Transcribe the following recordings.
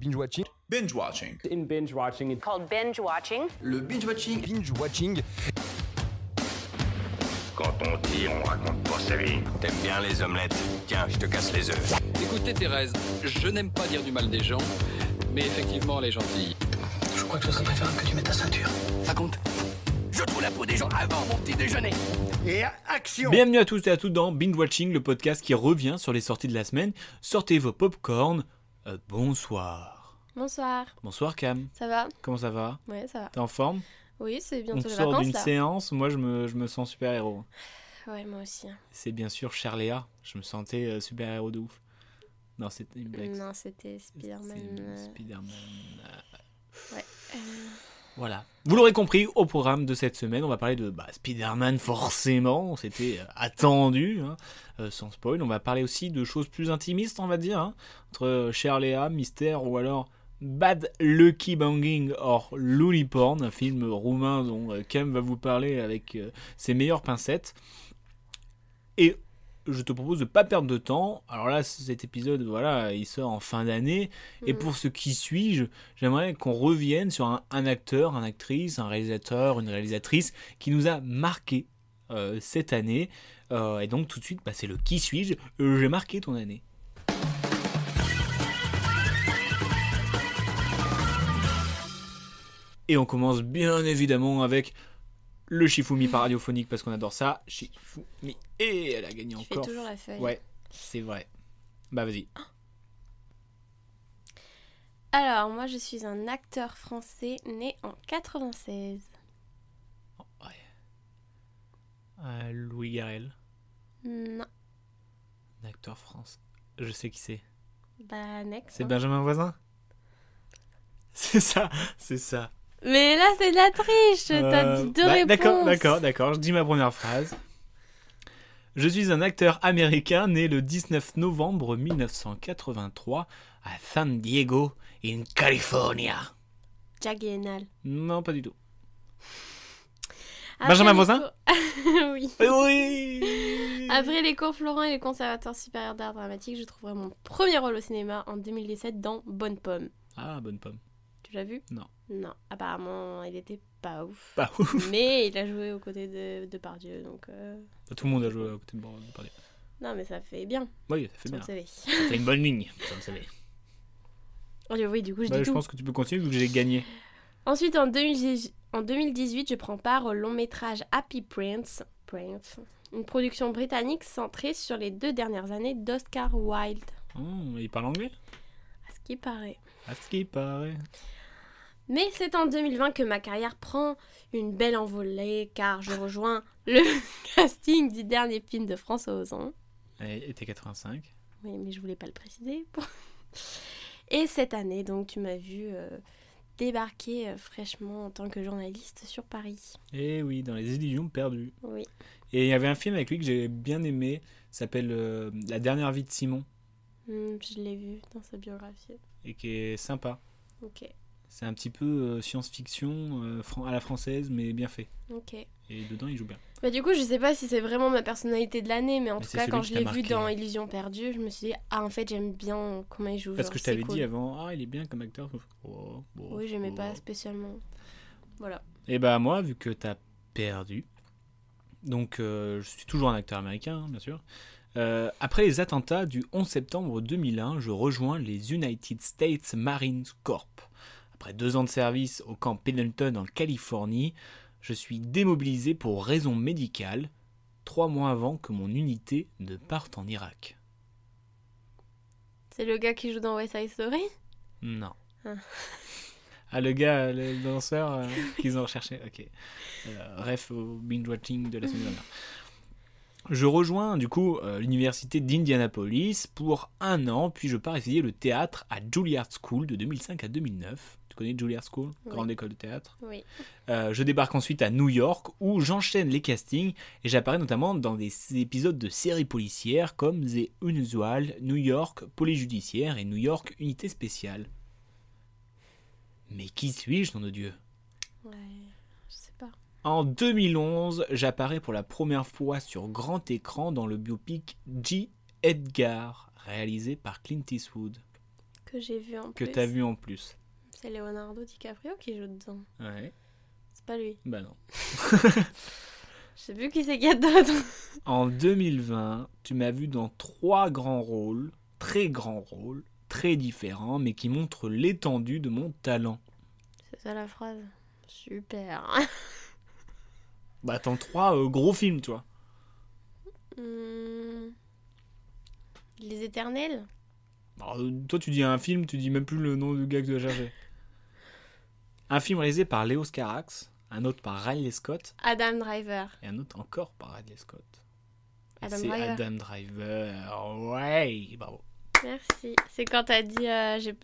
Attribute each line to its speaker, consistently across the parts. Speaker 1: Binge watching.
Speaker 2: Binge watching.
Speaker 3: In binge watching, it's
Speaker 4: called binge watching.
Speaker 2: Le binge watching.
Speaker 1: Binge watching.
Speaker 5: Quand on dit, on raconte pas sa vie. T'aimes bien les omelettes Tiens, je te casse les œufs.
Speaker 6: Écoutez Thérèse, je n'aime pas dire du mal des gens, mais effectivement elle est gentille.
Speaker 7: Je crois que ce serait préférable que tu mettes ta ceinture.
Speaker 8: Raconte. Je trouve la peau des gens avant mon petit déjeuner.
Speaker 9: Et action
Speaker 10: Bienvenue à tous et à toutes dans Binge Watching, le podcast qui revient sur les sorties de la semaine. Sortez vos popcorn. Euh, bonsoir.
Speaker 11: Bonsoir.
Speaker 10: Bonsoir Cam.
Speaker 11: Ça va
Speaker 10: Comment ça va
Speaker 11: Ouais, ça va.
Speaker 10: T'es en forme
Speaker 11: Oui, c'est
Speaker 10: On
Speaker 11: bientôt les
Speaker 10: sort
Speaker 11: vacances
Speaker 10: d'une
Speaker 11: là.
Speaker 10: séance, moi je me, je me sens super héros.
Speaker 11: Ouais, moi aussi. hein.
Speaker 10: C'est bien sûr cher Léa, je me sentais euh, super héros de ouf. Non, c'était une blague.
Speaker 11: Non, c'était Spider-Man.
Speaker 10: C'est
Speaker 11: euh,
Speaker 10: Spider-Man, euh,
Speaker 11: Ouais. euh,
Speaker 10: Voilà. Vous l'aurez compris, au programme de cette semaine, on va parler de bah, Spider-Man forcément, c'était euh, attendu, hein, euh, sans spoil. On va parler aussi de choses plus intimistes, on va dire, hein, entre euh, Cher Léa, Mystère ou alors Bad Lucky Banging or Looney Porn, un film roumain dont euh, Cam va vous parler avec euh, ses meilleures pincettes. Et je te propose de pas perdre de temps. Alors là, cet épisode, voilà, il sort en fin d'année. Et
Speaker 11: Mhm.
Speaker 10: pour ce qui suit, je- j'aimerais qu'on revienne sur un, un acteur, une actrice, un réalisateur, une réalisatrice qui nous a marqué euh, cette année. Euh, et donc tout de suite, bah, c'est le qui suis-je. Euh, J'ai marqué ton année. Et on commence bien évidemment avec le Shifumi par radiophonique parce qu'on adore ça. Shifumi. Et elle a gagné
Speaker 11: Tu fais
Speaker 10: encore.
Speaker 11: toujours la feuille.
Speaker 10: Ouais, c'est vrai. Bah vas-y.
Speaker 11: Alors, moi, je suis un acteur français né en 96.
Speaker 10: Euh, Louis Garel,
Speaker 11: Non.
Speaker 10: un acteur France. Je sais qui c'est.
Speaker 11: Bah, next.
Speaker 10: C'est
Speaker 11: hein.
Speaker 10: Benjamin Voisin C'est ça, c'est ça.
Speaker 11: Mais là, c'est de la triche. T'as
Speaker 10: Euh,
Speaker 11: dit deux
Speaker 10: bah,
Speaker 11: réponses.
Speaker 10: D'accord, d'accord, d'accord. Je dis ma première phrase. Je suis un acteur américain né le 19 novembre 1983 à San Diego, in California.
Speaker 11: Jack Guénal.
Speaker 10: Non, pas du tout.
Speaker 11: Après
Speaker 10: Benjamin
Speaker 11: les
Speaker 10: Voisin
Speaker 11: cours- Oui.
Speaker 10: Eh Oui
Speaker 11: Après les cours Florent et les conservatoires supérieurs d'art dramatique, je trouverai mon premier rôle au cinéma en 2017 dans Bonne Pomme.
Speaker 10: Ah, bonne pomme.
Speaker 11: Tu l'as vu
Speaker 10: Non.
Speaker 11: Non, apparemment, il était pas ouf.
Speaker 10: Pas ouf.
Speaker 11: Mais il a joué aux côtés de Depardieu, donc... euh,
Speaker 10: Tout le monde a joué à côté de Bordeaux. pardon.
Speaker 11: Non, mais ça fait bien,
Speaker 10: Oui, ça fait
Speaker 11: sur
Speaker 10: bien.
Speaker 11: le CV.
Speaker 10: Ça fait une bonne ligne. Ça me savait.
Speaker 11: Oh, oui, du coup, je
Speaker 10: Bah,
Speaker 11: dis
Speaker 10: je
Speaker 11: tout.
Speaker 10: pense que tu peux continuer vu que j'ai gagné.
Speaker 11: Ensuite, en, 2018 en 2018, je prends part au long-métrage Happy Prince, Prince, une production britannique centrée sur les deux dernières années d'Oscar Wilde,
Speaker 10: Oh, il parle anglais
Speaker 11: à ce qui paraît.
Speaker 10: À ce qui paraît.
Speaker 11: Mais c'est en 2020 que ma carrière prend une belle envolée, car je rejoins le casting du dernier film de François Ozon.
Speaker 10: Et et t'es 85.
Speaker 11: Oui, mais je voulais pas le préciser. pour- Et cette année, donc, tu m'as vu euh, débarquer euh, fraîchement en tant que journaliste sur Paris.
Speaker 10: Eh oui, dans les illusions perdues.
Speaker 11: Oui.
Speaker 10: Et il y avait un film avec lui que j'ai bien aimé, ça s'appelle euh, La dernière vie de Simon,
Speaker 11: Hmm, je l'ai vu dans sa biographie.
Speaker 10: et qui est sympa.
Speaker 11: Ok,
Speaker 10: C'est un petit peu euh, science-fiction euh, fran- à la française, mais bien fait.
Speaker 11: ok.
Speaker 10: Et dedans, il joue bien.
Speaker 11: Bah, du coup, je sais pas si c'est vraiment ma personnalité de l'année, mais en
Speaker 10: Mais
Speaker 11: tout
Speaker 10: c'est
Speaker 11: cas,
Speaker 10: celui
Speaker 11: quand
Speaker 10: qui
Speaker 11: je
Speaker 10: t'a
Speaker 11: l'ai vu
Speaker 10: marqué. hein.
Speaker 11: dans Illusion perdue, je me suis dit, ah, en fait, j'aime bien comment il joue.
Speaker 10: Parce
Speaker 11: genre,
Speaker 10: que je
Speaker 11: c'est
Speaker 10: t'avais
Speaker 11: cool.
Speaker 10: dit avant, ah, il est bien comme acteur. Oh, oh,
Speaker 11: Oui, j'aimais
Speaker 10: oh.
Speaker 11: pas spécialement. Voilà.
Speaker 10: Et bah, moi, vu que t'as perdu, donc euh, je suis toujours un acteur américain, hein, bien sûr. Euh, après les attentats du 11 septembre 2001, je rejoins les United States Marines Corps. Après deux ans de service au camp Pendleton en Californie, je suis démobilisé pour raison médicale, trois mois avant que mon unité ne parte en Irak.
Speaker 11: C'est le gars qui joue dans West Side Story
Speaker 10: Non.
Speaker 11: Ah.
Speaker 10: Ah, le gars, le danseur euh, qu'ils ont recherché. Ok. Euh, ref au binge-watching de la semaine dernière. Je rejoins du coup euh, l'université d'Indianapolis pour un an, puis je pars essayer le théâtre à Juilliard School de 2005 à 2009. Tu connais Juilliard School
Speaker 11: Oui.
Speaker 10: Grande école de théâtre.
Speaker 11: Oui.
Speaker 10: Euh, je débarque ensuite à New York où j'enchaîne les castings et j'apparais notamment dans des s- épisodes de séries policières comme The Unusual, New York, Police Judiciaire et New York Unité Spéciale. Mais qui suis-je, nom de Dieu
Speaker 11: Ouais, je sais pas.
Speaker 10: En 2011, j'apparais pour la première fois sur grand écran dans le biopic G. Edgar, réalisé par Clint Eastwood.
Speaker 11: Que que j'ai vu en
Speaker 10: que
Speaker 11: plus.
Speaker 10: t'as vu en plus.
Speaker 11: C'est Leonardo DiCaprio qui joue dedans.
Speaker 10: Ouais.
Speaker 11: C'est pas lui.
Speaker 10: Bah non.
Speaker 11: Je sais plus qui c'est qu'il y a dedans.
Speaker 10: En 2020, tu m'as vu dans trois grands rôles, très grands rôles, très différents, mais qui montrent l'étendue de mon talent.
Speaker 11: C'est ça la phrase. Super.
Speaker 10: Bah dans trois euh, gros films, tu vois.
Speaker 11: Hmm. Les éternels
Speaker 10: Alors, euh, toi, tu dis un film, tu dis même plus le nom du gars que tu as cherché. un film réalisé par Léo Scarax, un autre par Riley Scott,
Speaker 11: Adam Driver.
Speaker 10: et un autre encore par Riley Scott. Et
Speaker 11: Adam
Speaker 10: C'est
Speaker 11: Driver.
Speaker 10: Adam Driver. Ouais, bravo.
Speaker 11: Merci. C'est quand t'as dit euh, j'ai-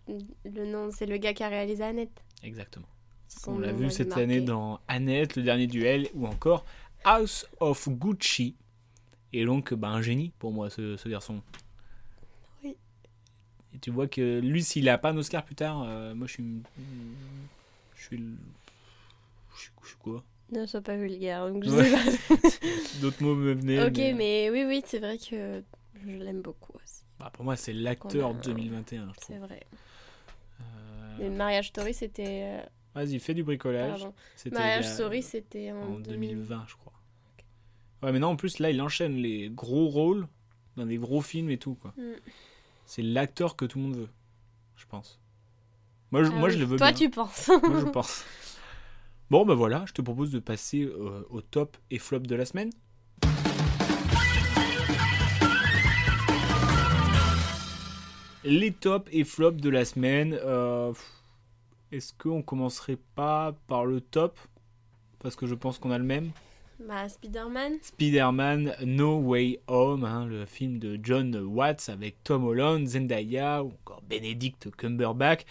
Speaker 11: le nom, c'est le gars qui a réalisé Annette.
Speaker 10: Exactement.
Speaker 11: Son
Speaker 10: On l'a
Speaker 11: nom
Speaker 10: vu
Speaker 11: m'avait
Speaker 10: cette
Speaker 11: marqué.
Speaker 10: année dans Annette, le dernier duel, ou encore House of Gucci. Et donc, bah, un génie pour moi, ce, ce garçon.
Speaker 11: Oui.
Speaker 10: Et tu vois que lui, s'il a pas un Oscar plus tard, euh, moi je suis. Je suis. le- Je suis, je suis quoi
Speaker 11: Ne sois pas vulgaire, donc je
Speaker 10: Ouais. euh,
Speaker 11: sais pas.
Speaker 10: D'autres mots me venaient.
Speaker 11: ok, mais oui, oui, c'est vrai que je l'aime beaucoup aussi.
Speaker 10: Bah, pour moi, c'est l'acteur
Speaker 11: Qu'on a-
Speaker 10: 2021, je trouve.
Speaker 11: C'est vrai.
Speaker 10: Euh,
Speaker 11: Mais Mariage Story, c'était. euh,
Speaker 10: Vas-y, fais du bricolage.
Speaker 11: Pardon.
Speaker 10: C'était
Speaker 11: Mariage
Speaker 10: il y a-
Speaker 11: Story, c'était en,
Speaker 10: en
Speaker 11: 2000.
Speaker 10: 2020, je crois. Ouais, mais non, en plus, là, il enchaîne les gros rôles dans des gros films et tout, quoi.
Speaker 11: Mm.
Speaker 10: C'est l'acteur que tout le monde veut, je pense. Moi, je,
Speaker 11: Ah
Speaker 10: moi,
Speaker 11: oui.
Speaker 10: je le veux
Speaker 11: Toi,
Speaker 10: bien.
Speaker 11: tu penses.
Speaker 10: Moi, je pense. Bon, ben voilà, je te propose de passer euh, au top et flop de la semaine. Les tops et flops de la semaine. euh, pff, Est-ce qu'on commencerait pas par le top Parce que je pense qu'on a le même.
Speaker 11: bah, Spider-Man.
Speaker 10: Spider-Man No Way Home, hein, le film de John Watts avec Tom Holland, Zendaya ou encore Benedict Cumberbatch,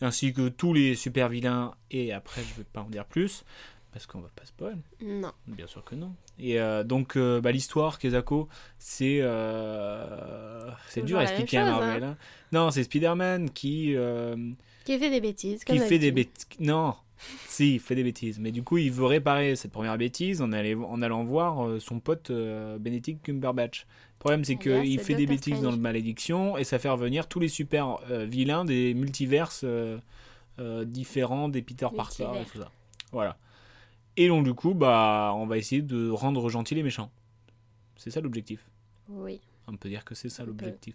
Speaker 10: ainsi que tous les super vilains. Et après, je ne vais pas en dire plus parce qu'on va pas spoil.
Speaker 11: Non.
Speaker 10: Bien sûr que non. Et euh, donc, euh, bah, l'histoire, Kezako, c'est. euh, c'est
Speaker 11: Toujours
Speaker 10: dur à
Speaker 11: la même
Speaker 10: expliquer à
Speaker 11: chose,
Speaker 10: Marvel. hein. Non, c'est Spider-Man qui. euh,
Speaker 11: Qui fait des bêtises. Comme
Speaker 10: qui fait des
Speaker 11: d'habitude.
Speaker 10: bêtises. Non, si, il fait des bêtises. Mais du coup, il veut réparer cette première bêtise en, allant- en allant voir euh, son pote euh, Benedict Cumberbatch. Le problème, c'est
Speaker 11: Ah, là,
Speaker 10: qu'il
Speaker 11: c'est
Speaker 10: fait des
Speaker 11: Doctor
Speaker 10: bêtises dans
Speaker 11: Strange.
Speaker 10: le Malédiction et ça fait revenir tous les super euh, vilains des multiverses euh, euh, différents des Peter Parker et
Speaker 11: Multivers.
Speaker 10: tout ça. Voilà. Et donc, du coup, bah, on va essayer de rendre gentils les méchants. C'est ça l'objectif.
Speaker 11: Oui.
Speaker 10: On peut dire que c'est ça
Speaker 11: On peut, Euh,
Speaker 10: l'objectif.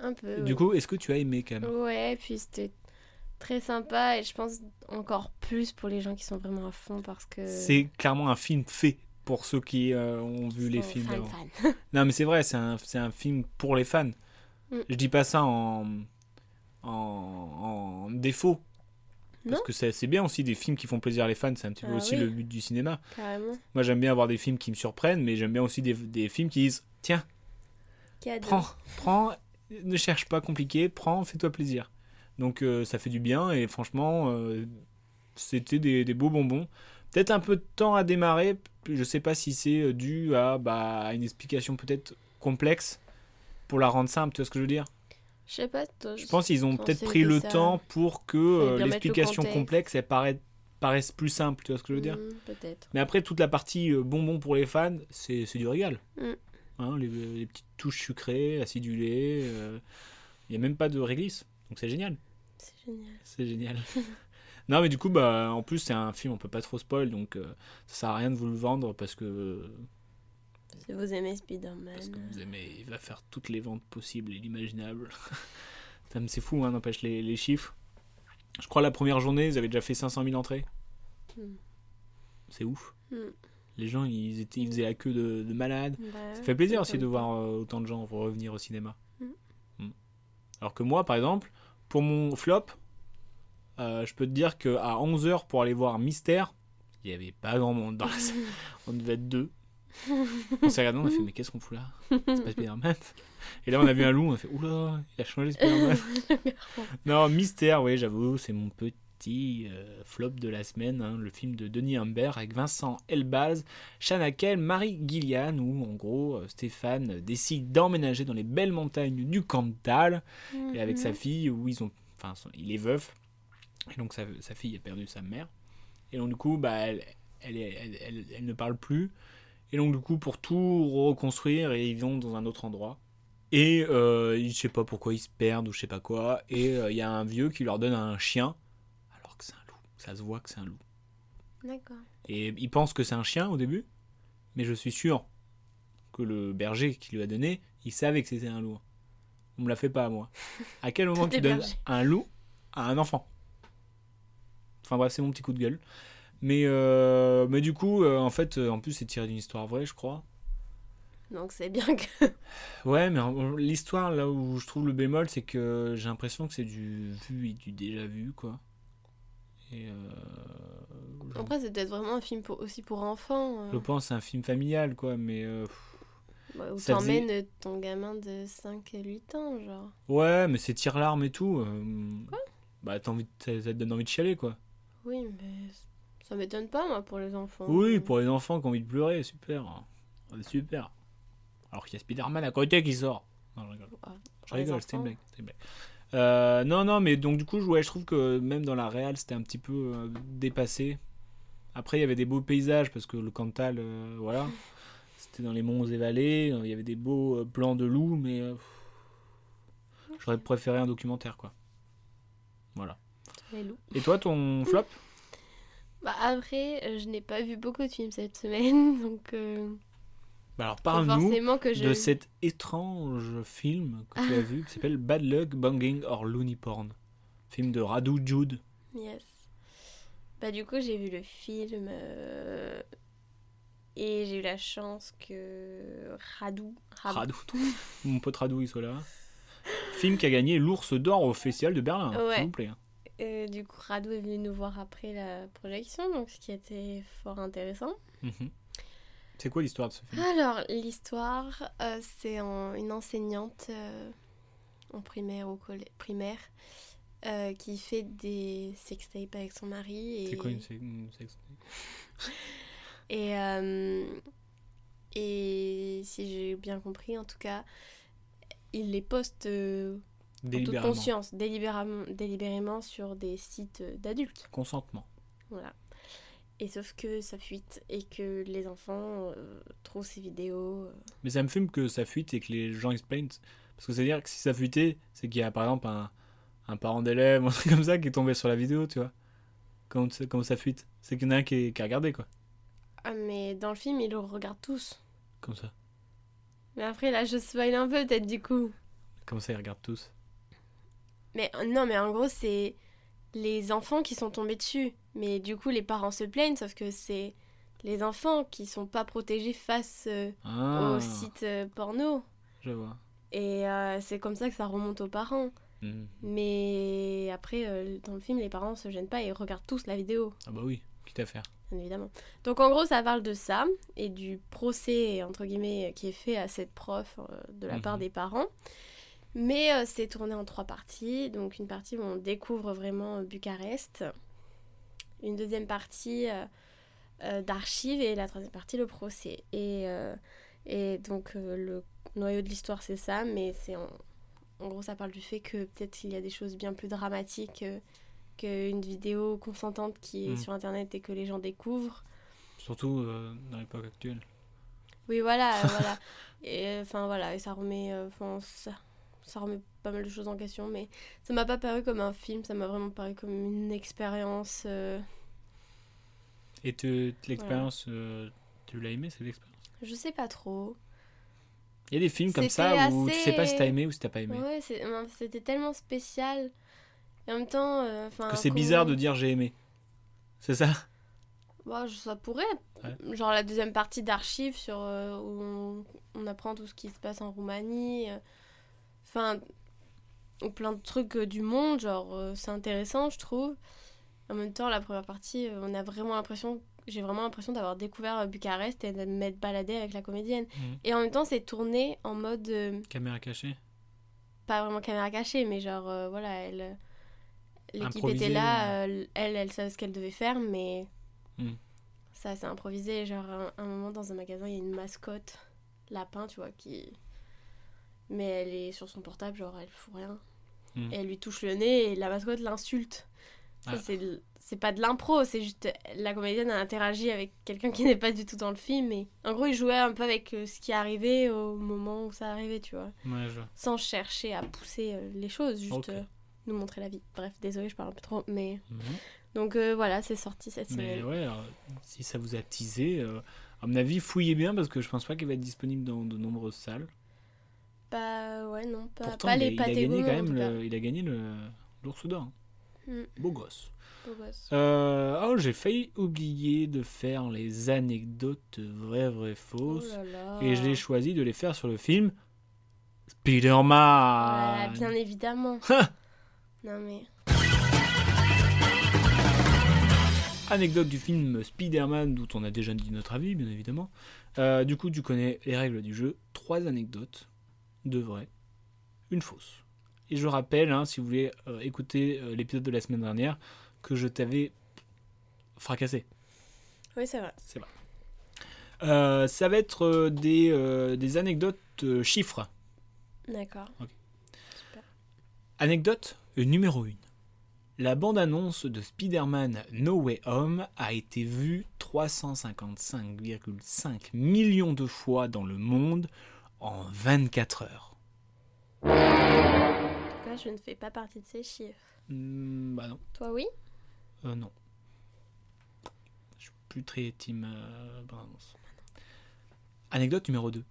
Speaker 11: Un peu.
Speaker 10: Du
Speaker 11: oui.
Speaker 10: coup, est-ce que tu as aimé quand même
Speaker 11: Ouais, puis c'était très sympa et je pense encore plus pour les gens qui sont vraiment à fond parce que.
Speaker 10: C'est clairement un film fait pour ceux qui euh, ont vu
Speaker 11: ils
Speaker 10: les
Speaker 11: sont
Speaker 10: films
Speaker 11: fan,
Speaker 10: d'avant.
Speaker 11: fan.
Speaker 10: Non, mais c'est vrai, c'est un, c'est un film pour les fans.
Speaker 11: Mm.
Speaker 10: Je dis pas ça en, en, en défaut. Parce
Speaker 11: Non.
Speaker 10: que c'est c'est bien aussi des films qui font plaisir à les fans, c'est un petit peu
Speaker 11: Ah
Speaker 10: aussi
Speaker 11: oui.
Speaker 10: le but du cinéma.
Speaker 11: Carrément.
Speaker 10: Moi j'aime bien avoir des films qui me surprennent, mais j'aime bien aussi des, des films qui disent tiens,
Speaker 11: Cadeau.
Speaker 10: prends, prends, ne cherche pas compliqué, prends, fais-toi plaisir. Donc euh, ça fait du bien et franchement, euh, c'était des, des beaux bonbons. Peut-être un peu de temps à démarrer, je sais pas si c'est euh, dû à, bah, à une explication peut-être complexe pour la rendre simple, tu vois ce que je veux dire
Speaker 11: Je sais pas, toi.
Speaker 10: Je pense qu'ils ont
Speaker 11: Enfin,
Speaker 10: peut-être
Speaker 11: c'est
Speaker 10: pris le
Speaker 11: ça.
Speaker 10: temps pour que
Speaker 11: Fallait
Speaker 10: euh,
Speaker 11: bien mettre le
Speaker 10: l'explication
Speaker 11: contexte.
Speaker 10: complexe elle paraît- paraisse plus simple, tu vois ce que je veux dire
Speaker 11: Hmm, Peut-être.
Speaker 10: mais après, toute la partie euh, bonbon pour les fans, c'est c'est du régal.
Speaker 11: Mm.
Speaker 10: Hein, les, les petites touches sucrées, acidulées. euh, Il y n'y a même pas de réglisse. Donc c'est génial.
Speaker 11: C'est génial.
Speaker 10: C'est génial. non, mais du coup, bah, en plus, c'est un film, on peut pas trop spoil. Donc euh, ça sert à rien de vous le vendre parce que,
Speaker 11: Si vous aimez
Speaker 10: parce
Speaker 11: Spider-Man.
Speaker 10: que vous aimez. Il va faire toutes les ventes possibles et inimaginables. Putain, mais c'est fou, hein, n'empêche les, les chiffres. Je crois la première journée, ils avaient déjà fait 500 000 entrées.
Speaker 11: Mm.
Speaker 10: C'est ouf.
Speaker 11: Hmm,
Speaker 10: Les gens, ils, étaient, ils faisaient la queue de, de malades.
Speaker 11: bah
Speaker 10: Ça
Speaker 11: ouais,
Speaker 10: fait plaisir
Speaker 11: c'est
Speaker 10: aussi de
Speaker 11: comme
Speaker 10: voir euh, autant de gens revenir au cinéma.
Speaker 11: Mm.
Speaker 10: Mm. Alors que moi, par exemple, pour mon flop, euh, je peux te dire qu'à 11h pour aller voir Mystère, il n'y avait pas grand monde dans la salle. On devait être deux. On s'est regardé, on a fait Mais qu'est-ce qu'on fout là C'est pas Spider-Man. Et là, on a vu un loup, on a fait Oula, il a changé Spider-Man. non, Mystère, oui, j'avoue, c'est mon petit euh, flop de la semaine, hein, le film de Denis Humbert avec Vincent Elbaz Chanakel, Marie Gillian, où en gros euh, Stéphane décide d'emménager dans les belles montagnes du Cantal,
Speaker 11: Mhm.
Speaker 10: et avec sa fille, où ils ont, enfin, son- il est veuf, et donc sa, sa fille a perdu sa mère, et donc du coup, bah, elle, elle, est- elle- elle- elle ne parle plus, et donc du coup, pour tout reconstruire, et ils vont dans un autre endroit, Et euh, ils- je sais pas pourquoi ils se perdent ou je sais pas quoi. Et euh, il y a un vieux qui leur donne un chien, alors que c'est un loup. Ça se voit que c'est un loup.
Speaker 11: D'accord.
Speaker 10: Et il pense que c'est un chien au début, mais je suis sûr que le berger qui lui a donné, il savait que c'était un loup. On me l'a fait pas à moi. À quel moment
Speaker 11: Tout
Speaker 10: tu
Speaker 11: est
Speaker 10: donnes
Speaker 11: berger.
Speaker 10: un loup à un enfant Enfin bref, c'est mon petit coup de gueule. Mais, euh, mais du coup, euh, en fait, euh, en plus, c'est tiré d'une histoire vraie, je crois.
Speaker 11: Donc c'est bien que.
Speaker 10: Ouais, mais en- l'histoire, là où je trouve le bémol, c'est que j'ai l'impression que c'est du vu et du déjà vu, quoi. Et euh,
Speaker 11: Après, c'est peut-être vraiment un film pour- aussi pour enfants. euh.
Speaker 10: je pense que c'est un film familial, quoi, mais... euh,
Speaker 11: Ouais, Ou
Speaker 10: Ça faisait-
Speaker 11: t'emmènes euh, ton gamin de 5 et 8 ans, genre.
Speaker 10: Ouais, mais c'est tire l'arme et tout. euh, bah, t'as envie de- ça, ça te donne envie de chialer, quoi.
Speaker 11: Oui, mais c- ça m'étonne pas, moi, pour les enfants.
Speaker 10: Oui, pour les enfants qui ont envie de pleurer, super. Euh, Super. Alors qu'il y a Spider-Man à côté qui sort. Non, je rigole.
Speaker 11: Ah,
Speaker 10: Je
Speaker 11: pour les
Speaker 10: rigole, c'était une
Speaker 11: enfants.
Speaker 10: blague. c'était une blague. Euh, non, non, mais donc du coup, je- ouais, je trouve que même dans la réal, c'était un petit peu euh, dépassé. Après, il y avait des beaux paysages parce que le Cantal, euh, voilà, c'était dans les monts et vallées. euh, Il y avait des beaux euh, plans de loups, mais euh, j'aurais préféré un documentaire, quoi. Voilà.
Speaker 11: Les loups.
Speaker 10: Et toi, ton flop
Speaker 11: Bah, après, euh, je n'ai pas vu beaucoup de films cette semaine, donc. euh,
Speaker 10: Bah Alors
Speaker 11: faut
Speaker 10: parle-nous
Speaker 11: forcément que je.
Speaker 10: de cet étrange film que tu as vu qui s'appelle Bad Luck, Banging or Looney Porn. Film de Radu Jude.
Speaker 11: Yes. Bah du coup j'ai vu le film euh, et j'ai eu la chance que Radou, Radou-
Speaker 10: Radu. Mon pote Radu, il soit là. Film qui a gagné l'ours d'or au Festival de Berlin,
Speaker 11: Ouais.
Speaker 10: s'il vous plaît. hein.
Speaker 11: euh, du coup Radou est venu nous voir après la projection donc ce qui était fort intéressant.
Speaker 10: Mhm. C'est quoi l'histoire de ce film
Speaker 11: Alors l'histoire euh, c'est en- une enseignante euh, en primaire au collège primaire euh, qui fait des sextapes avec son mari et
Speaker 10: C'est quoi une sé- une sex-
Speaker 11: Et, euh, et si j'ai bien compris, en tout cas, il les poste euh, en toute
Speaker 10: Délibérément.
Speaker 11: conscience, délibérément, délibérément sur des sites euh, d'adultes.
Speaker 10: Consentement.
Speaker 11: Voilà. Et sauf que ça fuite et que les enfants euh, trouvent ces vidéos. euh.
Speaker 10: Mais ça me fume que ça fuite et que les gens explainent. Parce que c'est-à-dire que si ça fuitait, c'est qu'il y a par exemple un, un parent d'élève, un truc comme ça, qui est tombé sur la vidéo, tu vois. Quand, quand ça fuite. C'est qu'il y en a un qui, est- qui a regardé, quoi.
Speaker 11: Ah, mais dans le film, ils le regardent tous.
Speaker 10: Comme ça.
Speaker 11: Mais après, là, je spoil un peu, peut-être, du coup.
Speaker 10: Comme ça, ils regardent tous.
Speaker 11: Mais euh, non, mais en gros, c'est les enfants qui sont tombés dessus. Mais du coup, les parents se plaignent, sauf que c'est les enfants qui sont pas protégés face euh,
Speaker 10: Ah,
Speaker 11: aux sites euh, porno.
Speaker 10: je vois.
Speaker 11: Et euh, c'est comme ça que ça remonte aux parents.
Speaker 10: Hmm.
Speaker 11: Mais après, euh, dans le film, les parents se gênent pas et regardent tous la vidéo,
Speaker 10: Ah bah oui, quitte à faire.
Speaker 11: bien évidemment. Donc en gros, ça parle de ça et du procès, entre guillemets, qui est fait à cette prof euh, de la part
Speaker 10: Mhm.
Speaker 11: des parents. Mais euh, c'est tourné en trois parties. Donc une partie où on découvre vraiment euh, Bucarest, une deuxième partie euh, euh, d'archives et la troisième partie le procès. Et, euh, et donc euh, le noyau de l'histoire c'est ça, mais c'est en, en gros ça parle du fait que peut-être il y a des choses bien plus dramatiques euh, qu'une vidéo consentante qui est
Speaker 10: Mhm.
Speaker 11: sur internet et que les gens découvrent.
Speaker 10: Surtout euh, dans l'époque actuelle.
Speaker 11: Oui voilà, euh, voilà. Et euh, enfin voilà, et ça remet, euh, 'fin, ça, ça remet pas mal de choses en question, mais ça m'a pas paru comme un film, ça m'a vraiment paru comme une expérience. euh,
Speaker 10: Et te- te l'expérience, euh, tu l'as aimé cette expérience
Speaker 11: je sais pas trop.
Speaker 10: Il y a des films comme
Speaker 11: C'était
Speaker 10: ça où tu sais pas si
Speaker 11: assez-
Speaker 10: t'as aimé ou si t'as pas aimé.
Speaker 11: Ouais, c'est- euh, c'était tellement spécial. Et en même temps, euh, enfin.
Speaker 10: Que c'est
Speaker 11: qu'on-
Speaker 10: bizarre de dire j'ai aimé. C'est ça
Speaker 11: Bah, je- ça pourrait. être- Genre la deuxième partie d'archives sur euh, où on, on apprend tout ce qui se passe en Roumanie. euh, Enfin, ou plein de trucs euh, du monde. Genre, euh, c'est intéressant, je trouve. En même temps, la première partie, euh, on a vraiment l'impression. J'ai vraiment l'impression d'avoir découvert euh, Bucarest et de m'être baladée avec la comédienne.
Speaker 10: Mhm.
Speaker 11: Et en même temps, c'est tourné en mode. euh,
Speaker 10: Caméra cachée
Speaker 11: pas vraiment caméra cachée, mais genre, euh, voilà, elle. euh, L'équipe
Speaker 10: Improvisé,
Speaker 11: était là, euh, elle, elle savait ce qu'elle devait faire, mais.
Speaker 10: Hmm.
Speaker 11: Ça, c'est improvisé. Genre, un, un moment dans un magasin, il y a une mascotte, lapin, tu vois, qui. Mais elle est sur son portable, genre, elle fout rien.
Speaker 10: Hmm.
Speaker 11: Et elle lui touche le nez et la mascotte l'insulte.
Speaker 10: Ah.
Speaker 11: C'est de- c'est pas de l'impro, c'est juste la comédienne a interagi avec quelqu'un qui n'est pas du tout dans le film. Et en gros, il jouait un peu avec euh, ce qui arrivait au moment où ça arrivait, tu vois.
Speaker 10: Ouais, je-
Speaker 11: Sans chercher à pousser euh, les choses, juste
Speaker 10: Ok.
Speaker 11: euh, nous montrer la vie. Bref, désolé, je parle un peu trop. Mais...
Speaker 10: Mhm.
Speaker 11: Donc euh, voilà, c'est sorti cette
Speaker 10: Mais
Speaker 11: semaine.
Speaker 10: ouais, alors, si ça vous a teasé, euh, à mon avis, fouillez bien parce que je pense pas qu'il va être disponible dans de nombreuses salles.
Speaker 11: Bah ouais, non, pas,
Speaker 10: Pourtant,
Speaker 11: pas
Speaker 10: il, a-
Speaker 11: les
Speaker 10: il a gagné
Speaker 11: Patagons.
Speaker 10: quand
Speaker 11: en
Speaker 10: même
Speaker 11: tout cas.
Speaker 10: le- il a gagné le l'ours d'or.
Speaker 11: Mm.
Speaker 10: Beau gosse.
Speaker 11: Beau gosse.
Speaker 10: Euh, oh, j'ai failli oublier de faire les anecdotes vraies, vraies,
Speaker 11: Oh
Speaker 10: fausses.
Speaker 11: là là.
Speaker 10: et j'ai choisi de les faire sur le film
Speaker 11: Voilà,
Speaker 10: Spider-Man.
Speaker 11: bien évidemment. non mais.
Speaker 10: Anecdote du film Spider-Man, dont on a déjà dit notre avis, bien évidemment. Euh, du coup, tu connais les règles du jeu. Trois anecdotes, deux vraies, une fausse. Et je rappelle, hein, si vous voulez euh, écouter euh, l'épisode de la semaine dernière, que je t'avais fracassé.
Speaker 11: Oui, c'est vrai.
Speaker 10: C'est vrai. Euh, ça va être euh, des, euh, des anecdotes euh, chiffres.
Speaker 11: D'accord.
Speaker 10: Ok.
Speaker 11: Super.
Speaker 10: Anecdote numéro 1. La bande-annonce de Spider-Man No Way Home a été vue 355,5 millions de fois dans le monde en 24 heures.
Speaker 11: Moi, je ne fais pas partie de ces chiffres.
Speaker 10: Hmm, bah non,
Speaker 11: Toi, oui
Speaker 10: Euh, non. Je suis plus très team euh, bande-annonce. Anecdote numéro 2.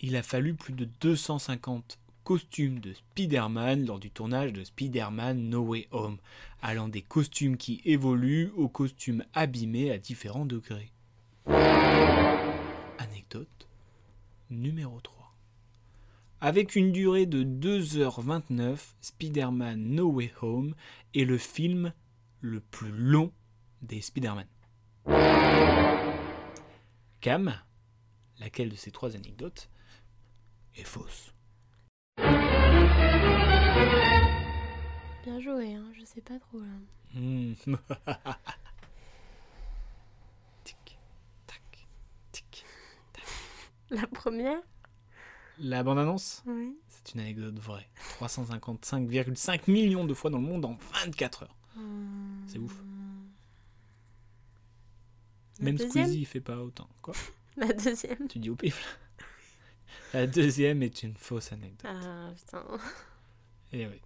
Speaker 10: Il a fallu plus de 250 costumes de Spider-Man lors du tournage de Spider-Man No Way Home, allant des costumes qui évoluent aux costumes abîmés à différents degrés. Anecdote numéro 3. Avec une durée de 2h29, Spider-Man No Way Home est le film le plus long des Spider-Man. Cam, laquelle de ces trois anecdotes est fausse
Speaker 11: Bien joué, hein. je sais pas trop. Là.
Speaker 10: Hmm. Tic, tac, tic.
Speaker 11: La première
Speaker 10: La bande-annonce,
Speaker 11: Oui.
Speaker 10: c'est une anecdote vraie. 355,5 millions de fois dans le monde en 24 heures.
Speaker 11: Hmm.
Speaker 10: C'est ouf.
Speaker 11: La
Speaker 10: Même
Speaker 11: deuxième
Speaker 10: Squeezie, il fait pas autant. Quoi
Speaker 11: La deuxième.
Speaker 10: Tu dis au pif. La deuxième est une fausse anecdote.
Speaker 11: Ah putain.
Speaker 10: Eh oui.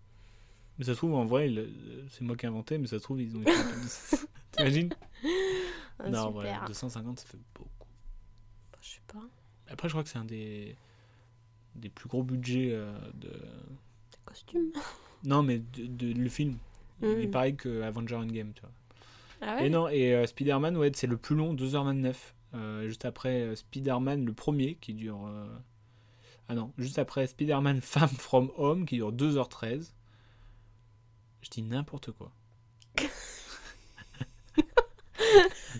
Speaker 10: Mais ça se trouve, en vrai, il- euh, c'est moi qui ai inventé, mais ça se trouve, ils ont été un peu bis. T'imagines
Speaker 11: Ah,
Speaker 10: Non, en vrai,
Speaker 11: super.
Speaker 10: 250, ça fait beaucoup.
Speaker 11: Bah, Je sais pas.
Speaker 10: Après, je crois que c'est un des... des plus gros budgets euh, de.
Speaker 11: Des costumes.
Speaker 10: Non, mais de, de- le film. Il est
Speaker 11: Mm.
Speaker 10: pareil que Avenger Endgame, tu vois.
Speaker 11: Ah ouais
Speaker 10: Et non, et euh, Spider-Man, ouais, c'est le plus long, 2h29. Euh, juste après euh, Spider-Man, le premier, qui dure. euh, Ah non, juste après Spider-Man Femme from Home, qui dure 2h13. Je dis n'importe quoi.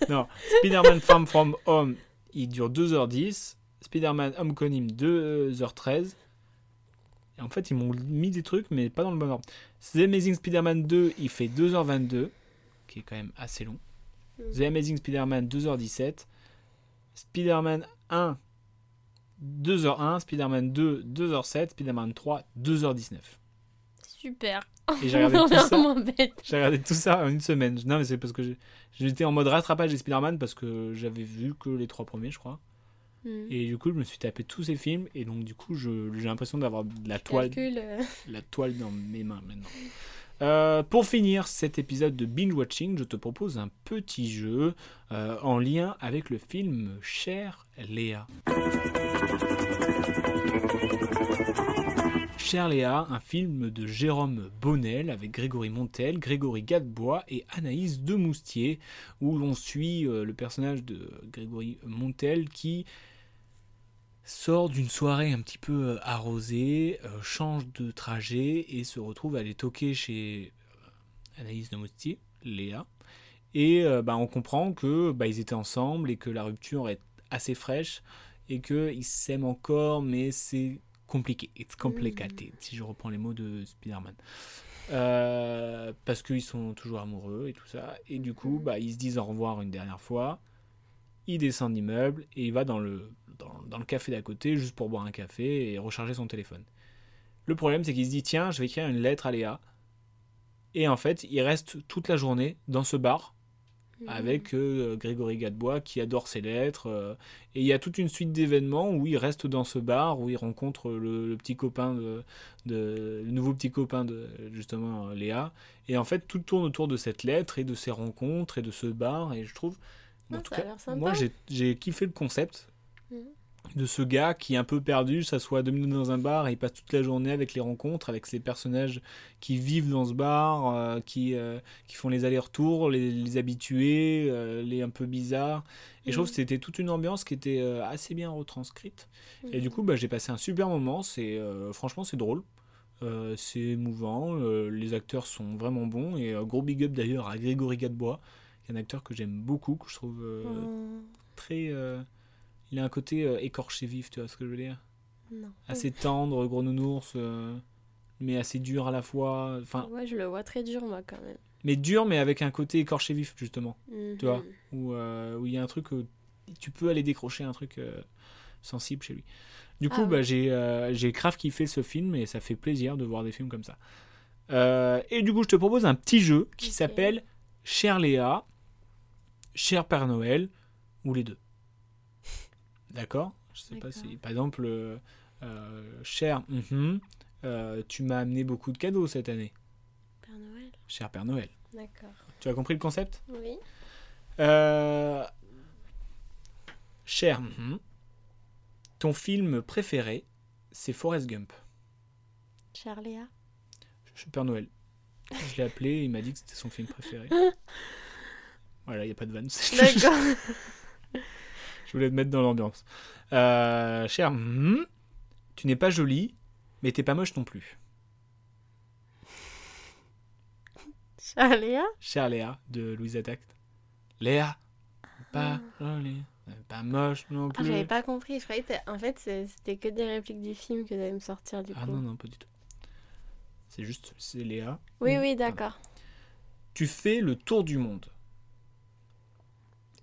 Speaker 10: non, Spider-Man Femme from Home, il dure 2h10. Spider-Man Homecoming, 2h13. Et en fait, ils m'ont mis des trucs, mais pas dans le bon ordre. The Amazing Spider-Man 2, il fait 2h22 qui est quand même assez long.
Speaker 11: Mm.
Speaker 10: The Amazing Spider-Man 2h17. Spider-Man 1 2h01, Spider-Man 2 2h07, Spider-Man 3 2h19.
Speaker 11: Super.
Speaker 10: Et j'ai regardé tout ça.
Speaker 11: vraiment bête.
Speaker 10: J'ai regardé tout ça en une semaine. Non mais c'est parce que j'ai- j'étais en mode rattrapage des Spider-Man parce que j'avais vu que les trois premiers, je crois.
Speaker 11: Hmm.
Speaker 10: Et du coup, je me suis tapé tous ces films et donc du coup, je- j'ai l'impression d'avoir de la toile
Speaker 11: Calcul. euh,
Speaker 10: la toile dans mes mains maintenant. Euh, pour finir cet épisode de binge watching, je te propose un petit jeu euh, en lien avec le film Cher Léa. Cher Léa, un film de Jérôme Bonnel avec Grégory Montel, Grégory Gadebois et Anaïs Demoustier, où l'on suit euh, le personnage de Grégory Montel qui sort d'une soirée un petit peu euh, arrosée, euh, change de trajet et se retrouve à aller toquer chez euh, Anaïs de Moustier, Léa. Et euh, bah, on comprend que bah, ils étaient ensemble et que la rupture est assez fraîche et qu'ils s'aiment encore, mais c'est compliqué. It's complicated, si je reprends les mots de Spider-Man. Euh, parce qu'ils sont toujours amoureux et tout ça. Et du coup, bah, ils se disent au revoir une dernière fois. Il descend d'immeuble et il va dans le, dans, dans le café d'à côté juste pour boire un café et recharger son téléphone. Le problème, c'est qu'il se dit tiens, je vais écrire une lettre à Léa. Et en fait, il reste toute la journée dans ce bar
Speaker 11: Mmh. hmm.
Speaker 10: avec euh, Grégory Gadebois qui adore ses lettres. euh, et il y a toute une suite d'événements où il reste dans ce bar, où il rencontre le, le petit copain de, de- le nouveau petit copain de justement euh, Léa. Et en fait, tout tourne autour de cette lettre et de ces rencontres et de ce bar. Et je trouve,
Speaker 11: Ah,
Speaker 10: en tout
Speaker 11: ça a
Speaker 10: cas,
Speaker 11: l'air sympa.
Speaker 10: moi j'ai- j'ai kiffé le concept
Speaker 11: Mhm.
Speaker 10: de ce gars qui est un peu perdu, s'assoit à deux minutes dans un bar et il passe toute la journée avec les rencontres, avec ces personnages qui vivent dans ce bar, euh, qui, euh, qui font les allers-retours, les, les habitués, euh, les un peu bizarres. Et je trouve
Speaker 11: Mhm.
Speaker 10: que c'était toute une ambiance qui était euh, assez bien retranscrite. Et
Speaker 11: Mm.
Speaker 10: du coup, bah, j'ai passé un super moment. C'est euh, franchement, c'est drôle. Euh, c'est émouvant, euh, les acteurs sont vraiment bons et euh, gros big up d'ailleurs à Grégory Gadebois, qui est un acteur que j'aime beaucoup, que je trouve euh,
Speaker 11: Oh,
Speaker 10: très. euh, il a un côté euh, écorché vif, tu vois ce que je veux dire
Speaker 11: Oh, non.
Speaker 10: Assez tendre, gros nounours, euh, mais assez dur à la fois. Enfin,
Speaker 11: Ouais, je le vois très dur, moi, quand même.
Speaker 10: mais dur, mais avec un côté écorché vif, justement.
Speaker 11: Mhm.
Speaker 10: Tu vois. Où euh, où il y a un truc où tu peux aller décrocher un truc euh, sensible chez lui. Du
Speaker 11: Ah
Speaker 10: coup,
Speaker 11: ouais.
Speaker 10: bah, j'ai euh, j'ai grave kiffé ce film et ça fait plaisir de voir des films comme ça. Euh, et du coup, je te propose un petit jeu qui
Speaker 11: Ok.
Speaker 10: s'appelle Cher Léa, Cher Père Noël ou les deux. D'accord Je sais pas
Speaker 11: D'accord.
Speaker 10: si. Par exemple, euh, euh, Cher, mhm, euh, tu m'as amené beaucoup de cadeaux cette année.
Speaker 11: Père Noël.
Speaker 10: Cher Père Noël.
Speaker 11: D'accord.
Speaker 10: Tu as compris le concept
Speaker 11: Oui.
Speaker 10: euh, Cher, mhm. ton film préféré, c'est Forrest Gump.
Speaker 11: Chère Léa.
Speaker 10: Je suis Père Noël. Je l'ai appelé, il m'a dit que c'était son film préféré. Voilà, il n'y a pas de vanne.
Speaker 11: D'accord.
Speaker 10: Je voulais te mettre dans l'ambiance. Euh, cher, mhm. tu n'es pas jolie, mais t'es pas moche non plus.
Speaker 11: Chère Léa.
Speaker 10: Cher Léa, de Louise Attaque. Léa, pas jolie, pas moche non
Speaker 11: Ah,
Speaker 10: plus.
Speaker 11: j'avais pas compris. Je croyais que t'as- en fait, c'est- c'était que des répliques du film que t'allais me sortir, du coup.
Speaker 10: ah non, non, pas du tout. C'est juste, c'est Léa.
Speaker 11: Oui, oui, d'accord.
Speaker 10: Ah. Tu fais le tour du monde.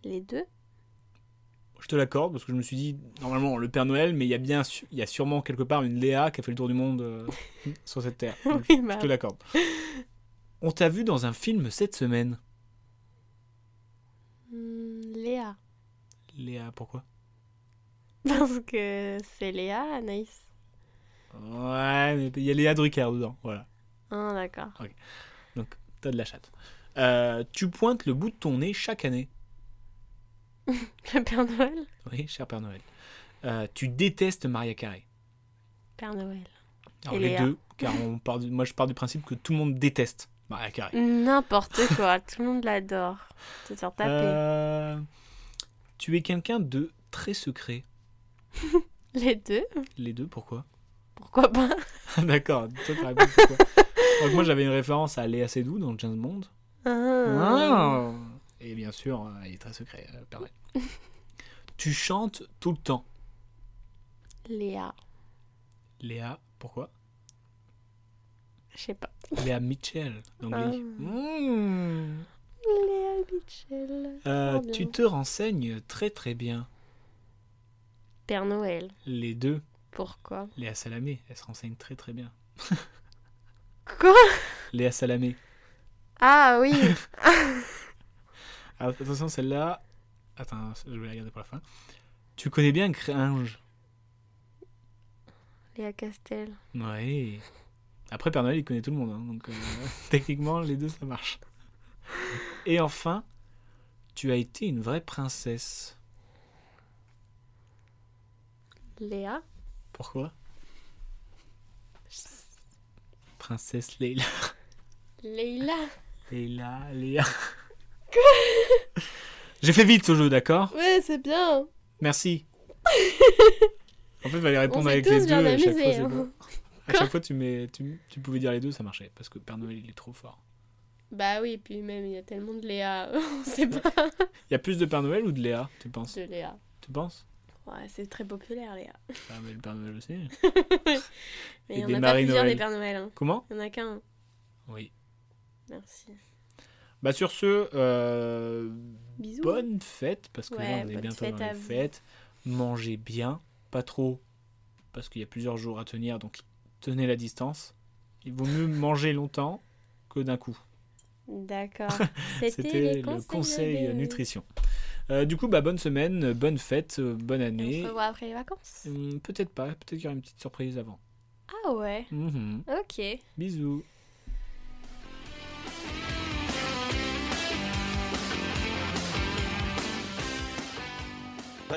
Speaker 11: Les deux
Speaker 10: Je te l'accorde parce que je me suis dit normalement le Père Noël, mais il y a bien, su- il y a sûrement quelque part une Léa qui a fait le tour du monde euh, sur cette terre. Donc,
Speaker 11: Oui,
Speaker 10: je
Speaker 11: bah.
Speaker 10: te l'accorde. On t'a vu dans un film cette semaine.
Speaker 11: Hmm, Léa.
Speaker 10: Léa, pourquoi
Speaker 11: Parce que c'est Léa, Anaïs.
Speaker 10: Ouais, mais il y a Léa Drucker dedans. Voilà,
Speaker 11: Ah, d'accord.
Speaker 10: t'as de la chatte. Euh, tu pointes le bout de ton nez chaque année.
Speaker 11: Le Père Noël
Speaker 10: Oui, cher Père Noël. Euh, tu détestes Maria Carré.
Speaker 11: Père Noël.
Speaker 10: Alors
Speaker 11: Et
Speaker 10: les
Speaker 11: Léa.
Speaker 10: deux, car on part du- moi je pars du principe que tout le monde déteste Maria Carré.
Speaker 11: N'importe quoi, tout le monde l'adore. Tu te sors taper.
Speaker 10: Euh, tu es quelqu'un de très secret.
Speaker 11: Les deux
Speaker 10: Les deux, pourquoi
Speaker 11: Pourquoi pas
Speaker 10: D'accord, toi t'as répondu pourquoi. Donc moi j'avais une référence à Léa Seydoux dans James Bond.
Speaker 11: Ah.
Speaker 10: Et bien sûr, euh, il est très secret, euh, Père Noël. tu chantes tout le temps.
Speaker 11: Léa.
Speaker 10: Léa, pourquoi
Speaker 11: Je sais pas.
Speaker 10: Léa Mitchell, d'anglais.
Speaker 11: Ah.
Speaker 10: Mmh.
Speaker 11: Léa Mitchell.
Speaker 10: Euh,
Speaker 11: bien.
Speaker 10: tu te renseignes très très bien.
Speaker 11: Père Noël.
Speaker 10: Les deux,
Speaker 11: Pourquoi
Speaker 10: Léa Salamé, elle se renseigne très très bien.
Speaker 11: Quoi
Speaker 10: Léa Salamé.
Speaker 11: Ah oui
Speaker 10: Ah, Attention, celle-là. Attends, je vais la garder pour la fin. Tu connais bien Gringe
Speaker 11: Léa Castel.
Speaker 10: Ouais. Après, Père Noël, il connaît tout le monde. hein, donc, euh, techniquement, les deux, ça marche. Et enfin, tu as été une vraie princesse.
Speaker 11: Léa
Speaker 10: Pourquoi Princesse Leila.
Speaker 11: Leïla
Speaker 10: Leila, Léa. J'ai fait vite ce jeu, d'accord
Speaker 11: Ouais, c'est bien
Speaker 10: Merci. En fait, il fallait répondre
Speaker 11: s'est
Speaker 10: avec
Speaker 11: tous
Speaker 10: les deux.
Speaker 11: bien
Speaker 10: à chaque fois,
Speaker 11: amusés,
Speaker 10: c'est
Speaker 11: hein.
Speaker 10: bon. À
Speaker 11: Quoi
Speaker 10: chaque fois, tu, mets, tu, tu pouvais dire les deux, ça marchait. Parce que Père Noël, il est trop fort.
Speaker 11: Bah oui, puis même, il y a tellement de Léa. On sait pas
Speaker 10: Il y a plus de Père Noël ou de Léa, tu penses
Speaker 11: de Léa.
Speaker 10: Tu penses
Speaker 11: Ouais, c'est très populaire, Léa.
Speaker 10: Ah, mais le Père Noël aussi.
Speaker 11: Mais
Speaker 10: Et
Speaker 11: il y en
Speaker 10: des
Speaker 11: a pas
Speaker 10: Marie
Speaker 11: plusieurs
Speaker 10: Noël.
Speaker 11: des Pères Noël. hein.
Speaker 10: Comment
Speaker 11: Il y en a qu'un.
Speaker 10: Oui.
Speaker 11: Merci.
Speaker 10: Bah, sur ce, euh,
Speaker 11: Bisous.
Speaker 10: bonne fête, parce que
Speaker 11: Ouais,
Speaker 10: là, on est
Speaker 11: bonne
Speaker 10: bientôt
Speaker 11: fête
Speaker 10: dans
Speaker 11: à
Speaker 10: les
Speaker 11: vous.
Speaker 10: fêtes. Mangez bien, pas trop, parce qu'il y a plusieurs jours à tenir, donc tenez la distance. Il vaut mieux manger longtemps que d'un coup.
Speaker 11: D'accord.
Speaker 10: C'était le conseil nutrition. Euh, du coup, bah, bonne semaine, euh, bonne fête, euh, bonne
Speaker 11: Et on
Speaker 10: année.
Speaker 11: se revoit après les vacances.
Speaker 10: Hum, Peut-être pas, peut-être qu'il y aura une petite surprise avant.
Speaker 11: Ah ouais,
Speaker 10: Mhm.
Speaker 11: ok.
Speaker 10: Bisous.
Speaker 1: Je